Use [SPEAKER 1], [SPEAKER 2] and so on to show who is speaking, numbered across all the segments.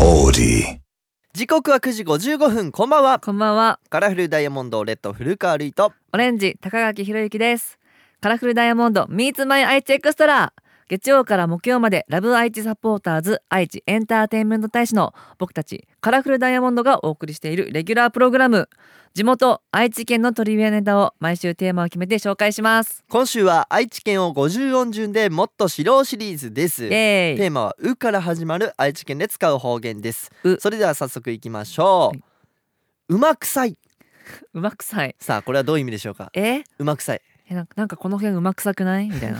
[SPEAKER 1] オーデ
[SPEAKER 2] 時刻は9時55分こんばんは
[SPEAKER 3] こんばんは。
[SPEAKER 2] カラフルダイヤモンドレッド古川瑠衣と
[SPEAKER 3] オレンジ高垣博之です。カラフルダイヤモンド Meets My 愛知エクストラ。月曜から木曜までラブ愛知サポーターズ愛知エンターテインメント大使の僕たちカラフルダイヤモンドがお送りしているレギュラープログラム。地元愛知県のトリビアネタを毎週テーマを決めて紹介します。
[SPEAKER 2] 今週は愛知県を50音順でもっと知ろうシリーズです
[SPEAKER 3] イ
[SPEAKER 2] テ
[SPEAKER 3] エーイ。
[SPEAKER 2] ーマはうから始まる愛知県で使う方言です
[SPEAKER 3] う
[SPEAKER 2] それでは早速いきましょう、
[SPEAKER 3] は
[SPEAKER 2] うまくさいう
[SPEAKER 3] まくさい。
[SPEAKER 2] さあこれはどういう意味でしょうか
[SPEAKER 3] え
[SPEAKER 2] うまくさい
[SPEAKER 3] えなんかなんかこの辺うまくさくない みたいな。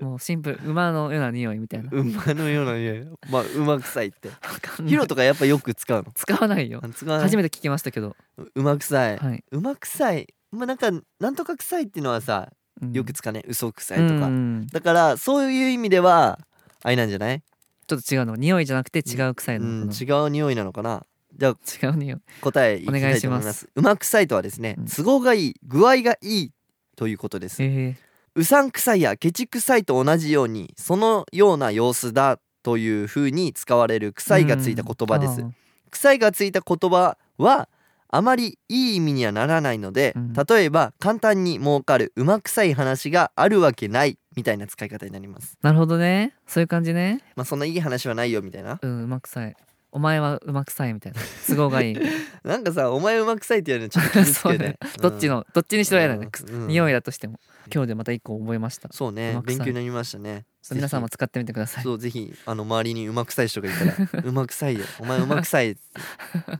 [SPEAKER 3] もうシンプル馬のような匂いみたいな。
[SPEAKER 2] 馬のようなねまあうまくさいって
[SPEAKER 3] わかんない
[SPEAKER 2] ヒロとかやっぱよく使うの
[SPEAKER 3] 使わないよ。
[SPEAKER 2] あ使わない
[SPEAKER 3] 初めて聞きましたけど。
[SPEAKER 2] うまくさい、
[SPEAKER 3] はい。
[SPEAKER 2] うまくさいまあなんかなんとか臭いっていうのはさ
[SPEAKER 3] うん
[SPEAKER 2] よく使うね嘘くさいとか、
[SPEAKER 3] うん
[SPEAKER 2] だからそういう意味ではあれなんじゃない、
[SPEAKER 3] ちょっと違うの匂いじゃなくて違う臭
[SPEAKER 2] う
[SPEAKER 3] いの、
[SPEAKER 2] ん、
[SPEAKER 3] こ
[SPEAKER 2] 違う匂いなのかなじゃあ
[SPEAKER 3] の違う匂い
[SPEAKER 2] 答えいきたいと思
[SPEAKER 3] お願い
[SPEAKER 2] い
[SPEAKER 3] し
[SPEAKER 2] ま
[SPEAKER 3] ますす
[SPEAKER 2] うまくさいとはですね
[SPEAKER 3] うん
[SPEAKER 2] 都合がいい具合がいいということです、
[SPEAKER 3] え
[SPEAKER 2] うさんくさいやケチくさいと同じようにそのような様子だというふうに使われる
[SPEAKER 3] ー、
[SPEAKER 2] 臭いがついた言葉です、
[SPEAKER 3] うんあ
[SPEAKER 2] 臭いがついた言葉はあまりいい意味にはならないので、
[SPEAKER 3] うん
[SPEAKER 2] 例えば簡単に儲かるうまくさい話があるわけないみたいな使い方になります
[SPEAKER 3] ーなるほどねそういう感じね
[SPEAKER 2] まあそんないい話はないよみたいな
[SPEAKER 3] うんうまくさいお前はうまくさいみたいな都合が いい
[SPEAKER 2] なんかさお前うまくさいって言われるのちょっと傷つ
[SPEAKER 3] そ
[SPEAKER 2] け
[SPEAKER 3] うね
[SPEAKER 2] て、
[SPEAKER 3] どっちのどっちにしろやだね、く匂
[SPEAKER 2] い
[SPEAKER 3] いだとしても今日でまた一個覚えましたちょ
[SPEAKER 2] そう
[SPEAKER 3] う
[SPEAKER 2] ね
[SPEAKER 3] まく
[SPEAKER 2] 勉
[SPEAKER 3] さい
[SPEAKER 2] 強になりましたね
[SPEAKER 3] っと皆さんも使ってみてください
[SPEAKER 2] そうぜひあの周りにうまくさい人がいたら うまくさいよお前うまくさいって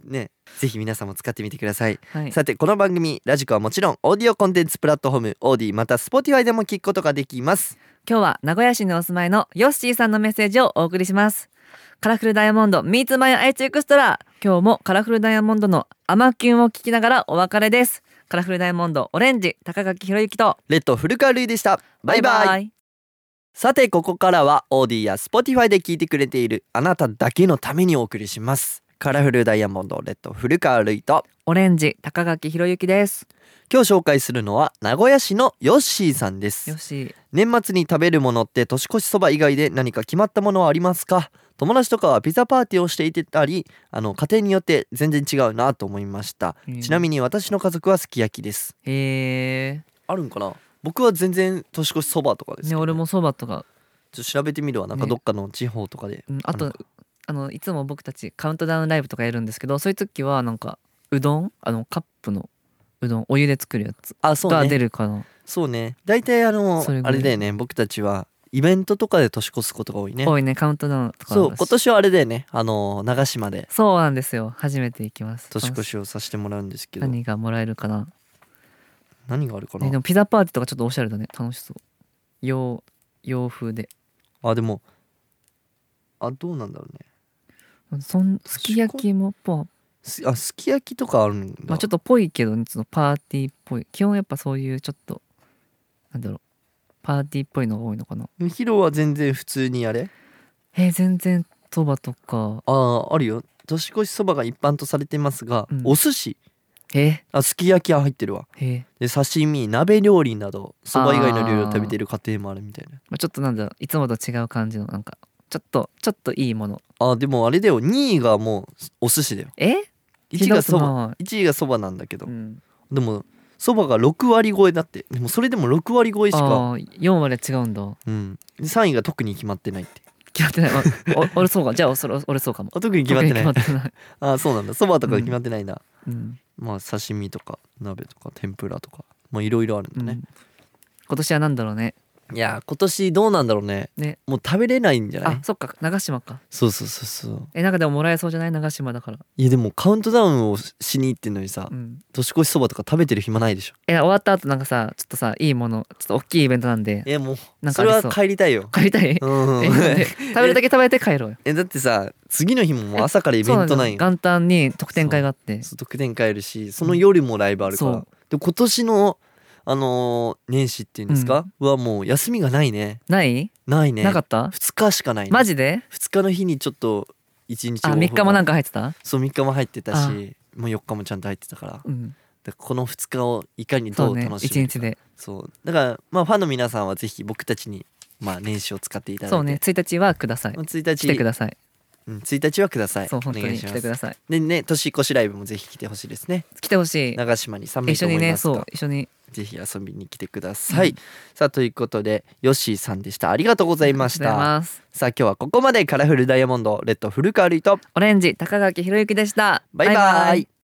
[SPEAKER 2] ねぜひ皆さんも使ってみてください
[SPEAKER 3] はい
[SPEAKER 2] さてこの番組ラジコはもちろんオーディオコンテンツプラットフォームオーディまた Spotify でも聞くことができます
[SPEAKER 3] 今日は名古屋市にお住まいのヨッシーさんのメッセージをお送りしますカラフルダイヤモンド Meets My 愛知エクストラ今日もカラフルダイヤモンドの甘キュンを聞きながらお別れですカラフルダイヤモンドオレンジ高垣博之と
[SPEAKER 2] レッド古川瑠衣でしたバイバイ
[SPEAKER 3] イ
[SPEAKER 2] さてここからはオーディや Spotify で聞いてくれているあなただけのためにお送りしますカラフルダイヤモンドレッド古川瑠衣と
[SPEAKER 3] オレンジ高垣博之です
[SPEAKER 2] 今日紹介するのは名古屋市のヨッシーさんで
[SPEAKER 3] よ
[SPEAKER 2] す
[SPEAKER 3] し
[SPEAKER 2] 年末に食べるものって年越しそば以外で何か決まったものはありますか友達とかはピザパーティーをしていてたりあの家庭によって全然違うなと思いましたちなみ
[SPEAKER 3] に
[SPEAKER 2] に私の家族はすき焼きです
[SPEAKER 3] へ
[SPEAKER 2] あるんかな僕は全然年越しそばとかで
[SPEAKER 3] ー
[SPEAKER 2] す
[SPEAKER 3] ね
[SPEAKER 2] けど
[SPEAKER 3] 俺もそばとか、
[SPEAKER 2] ちょっと調べてみるわなんか
[SPEAKER 3] ね
[SPEAKER 2] どっかの地方とかで
[SPEAKER 3] うん、あ
[SPEAKER 2] あ
[SPEAKER 3] と
[SPEAKER 2] の
[SPEAKER 3] あのいつも僕たちカウントダウンライブとかやるんですけどそういう時はなんかうどんあのカップのうどんお湯で作るやつ
[SPEAKER 2] あそう
[SPEAKER 3] が
[SPEAKER 2] ね
[SPEAKER 3] 出るかな、
[SPEAKER 2] そうね大体あの
[SPEAKER 3] それぐ
[SPEAKER 2] あ
[SPEAKER 3] らい
[SPEAKER 2] れだよね僕たちはイベントとかで年越すことが多いね
[SPEAKER 3] 多いねカウントダウンとか
[SPEAKER 2] そう
[SPEAKER 3] だし
[SPEAKER 2] 今年はあれだよねあの長島で
[SPEAKER 3] そうなんですよ初めて行きます
[SPEAKER 2] 年越しをさせてもらうんですけど何
[SPEAKER 3] 何がもらえるかな
[SPEAKER 2] があるか
[SPEAKER 3] ねで
[SPEAKER 2] な
[SPEAKER 3] もピザパーティーとかちょっとおしゃれだね楽しそう洋洋風で
[SPEAKER 2] あでもあどうなんだろうね
[SPEAKER 3] そんすき焼きもぽわ
[SPEAKER 2] すあすき焼きとかあるんだ、
[SPEAKER 3] まあちょっとぽいけどねそのパーティーっぽい基本やっぱそういうちょっとなんだろうパーティーっぽいのが多いのかな
[SPEAKER 2] ヒロは全然普通にあれ
[SPEAKER 3] えー全然そばとか
[SPEAKER 2] あーあるよ年越しそばが一般とされていますが、
[SPEAKER 3] うん
[SPEAKER 2] お寿司
[SPEAKER 3] え
[SPEAKER 2] あすき焼きは入ってるわ
[SPEAKER 3] ー、えー
[SPEAKER 2] で刺身鍋料理などそば以外の料理を食べてる家庭もあるみたいな
[SPEAKER 3] まあ、ちょっとなんだろういつもと違う感じのなんかちょっとちょっといいもの
[SPEAKER 2] あでもあれだよ2位がもうお寿司だよ
[SPEAKER 3] え
[SPEAKER 2] 1位がそ
[SPEAKER 3] ひどく
[SPEAKER 2] ば
[SPEAKER 3] な
[SPEAKER 2] 1位がそばなんだけ
[SPEAKER 3] い
[SPEAKER 2] ど、
[SPEAKER 3] うん、
[SPEAKER 2] でもそばが6割超えだってでもそれでも6割超えしか、
[SPEAKER 3] あー4割は違うんだ
[SPEAKER 2] うん、で3位が特に決まってないって
[SPEAKER 3] 決まって ない。おお俺そうか。じゃあそれ俺そうかも。
[SPEAKER 2] あ特に決まってない
[SPEAKER 3] 僕に決まってない。
[SPEAKER 2] あそうなんだそばとか決まってないんだ、
[SPEAKER 3] うん。
[SPEAKER 2] まあ刺身とか鍋とか天ぷらとかまあいろいろあるん
[SPEAKER 3] う
[SPEAKER 2] だ
[SPEAKER 3] ん
[SPEAKER 2] ね、
[SPEAKER 3] 今年はなんだろうね。
[SPEAKER 2] いやー今年どうなんだろうね
[SPEAKER 3] ね
[SPEAKER 2] もう食べれないんじゃない
[SPEAKER 3] あ、そっか。長島か。
[SPEAKER 2] そうそうそうそう
[SPEAKER 3] え、なんかでももらえそうじゃない長島だから。
[SPEAKER 2] いやでもカウントダウンをしに行ってんのにさ
[SPEAKER 3] うん。
[SPEAKER 2] 年越しそばとか食べてる暇ないでしょ
[SPEAKER 3] え、終わった後なんかさ、ちょっとさ、いいもの、ちょっと大きいイベントなんで、
[SPEAKER 2] えもう
[SPEAKER 3] なん
[SPEAKER 2] そ
[SPEAKER 3] か
[SPEAKER 2] れ
[SPEAKER 3] あ
[SPEAKER 2] は
[SPEAKER 3] りそう。
[SPEAKER 2] 帰りた いよ
[SPEAKER 3] 帰りたい。
[SPEAKER 2] うん
[SPEAKER 3] えで食べるだけ食べて帰ろうよ。
[SPEAKER 2] えだってさ次の日ももう朝からイベントないよ
[SPEAKER 3] そう元旦に特典会があって。
[SPEAKER 2] そう特典会あるしその夜もライブあるから、
[SPEAKER 3] そう
[SPEAKER 2] で今年のあのー年始っていうんですか、はもう休みがないね
[SPEAKER 3] ない
[SPEAKER 2] ないね
[SPEAKER 3] なかった
[SPEAKER 2] 2日しかない、ね、
[SPEAKER 3] マジで
[SPEAKER 2] 2日の日にちょっと1日
[SPEAKER 3] あ、3日もなん
[SPEAKER 2] か
[SPEAKER 3] か入ってた
[SPEAKER 2] そう3日も入ってた
[SPEAKER 3] あ
[SPEAKER 2] しもう4日もちゃんと入ってたからだか
[SPEAKER 3] うん。
[SPEAKER 2] らこの2日をいかに
[SPEAKER 3] そ
[SPEAKER 2] ど
[SPEAKER 3] う
[SPEAKER 2] う
[SPEAKER 3] ね。
[SPEAKER 2] 楽し
[SPEAKER 3] 一
[SPEAKER 2] む
[SPEAKER 3] 日で。
[SPEAKER 2] そう,、だからまあファンの皆さんはぜひ僕たちにまあ年始を使っていただいて
[SPEAKER 3] そうね。1日はください
[SPEAKER 2] まあ。1日
[SPEAKER 3] 来てください。
[SPEAKER 2] うん、1日はください
[SPEAKER 3] そう本当
[SPEAKER 2] お願
[SPEAKER 3] に
[SPEAKER 2] いしま
[SPEAKER 3] 来てく
[SPEAKER 2] す
[SPEAKER 3] ださい
[SPEAKER 2] でね年越しライブもぜひ来てほしいですね
[SPEAKER 3] 来てほし
[SPEAKER 2] 長島に寒
[SPEAKER 3] い
[SPEAKER 2] い
[SPEAKER 3] 一
[SPEAKER 2] と
[SPEAKER 3] 緒に
[SPEAKER 2] 思い
[SPEAKER 3] ね
[SPEAKER 2] ますが、
[SPEAKER 3] そう一緒に
[SPEAKER 2] ぜひ遊びに来てください、
[SPEAKER 3] うん
[SPEAKER 2] さあということでヨッシーさんでしたありがとうございまし
[SPEAKER 3] ありがとうござい
[SPEAKER 2] た
[SPEAKER 3] ます
[SPEAKER 2] さあ今日はここまでカラフルダイヤモンドレッド古川瑠衣と
[SPEAKER 3] オレンジ高垣ひろゆきでした
[SPEAKER 2] バイバイ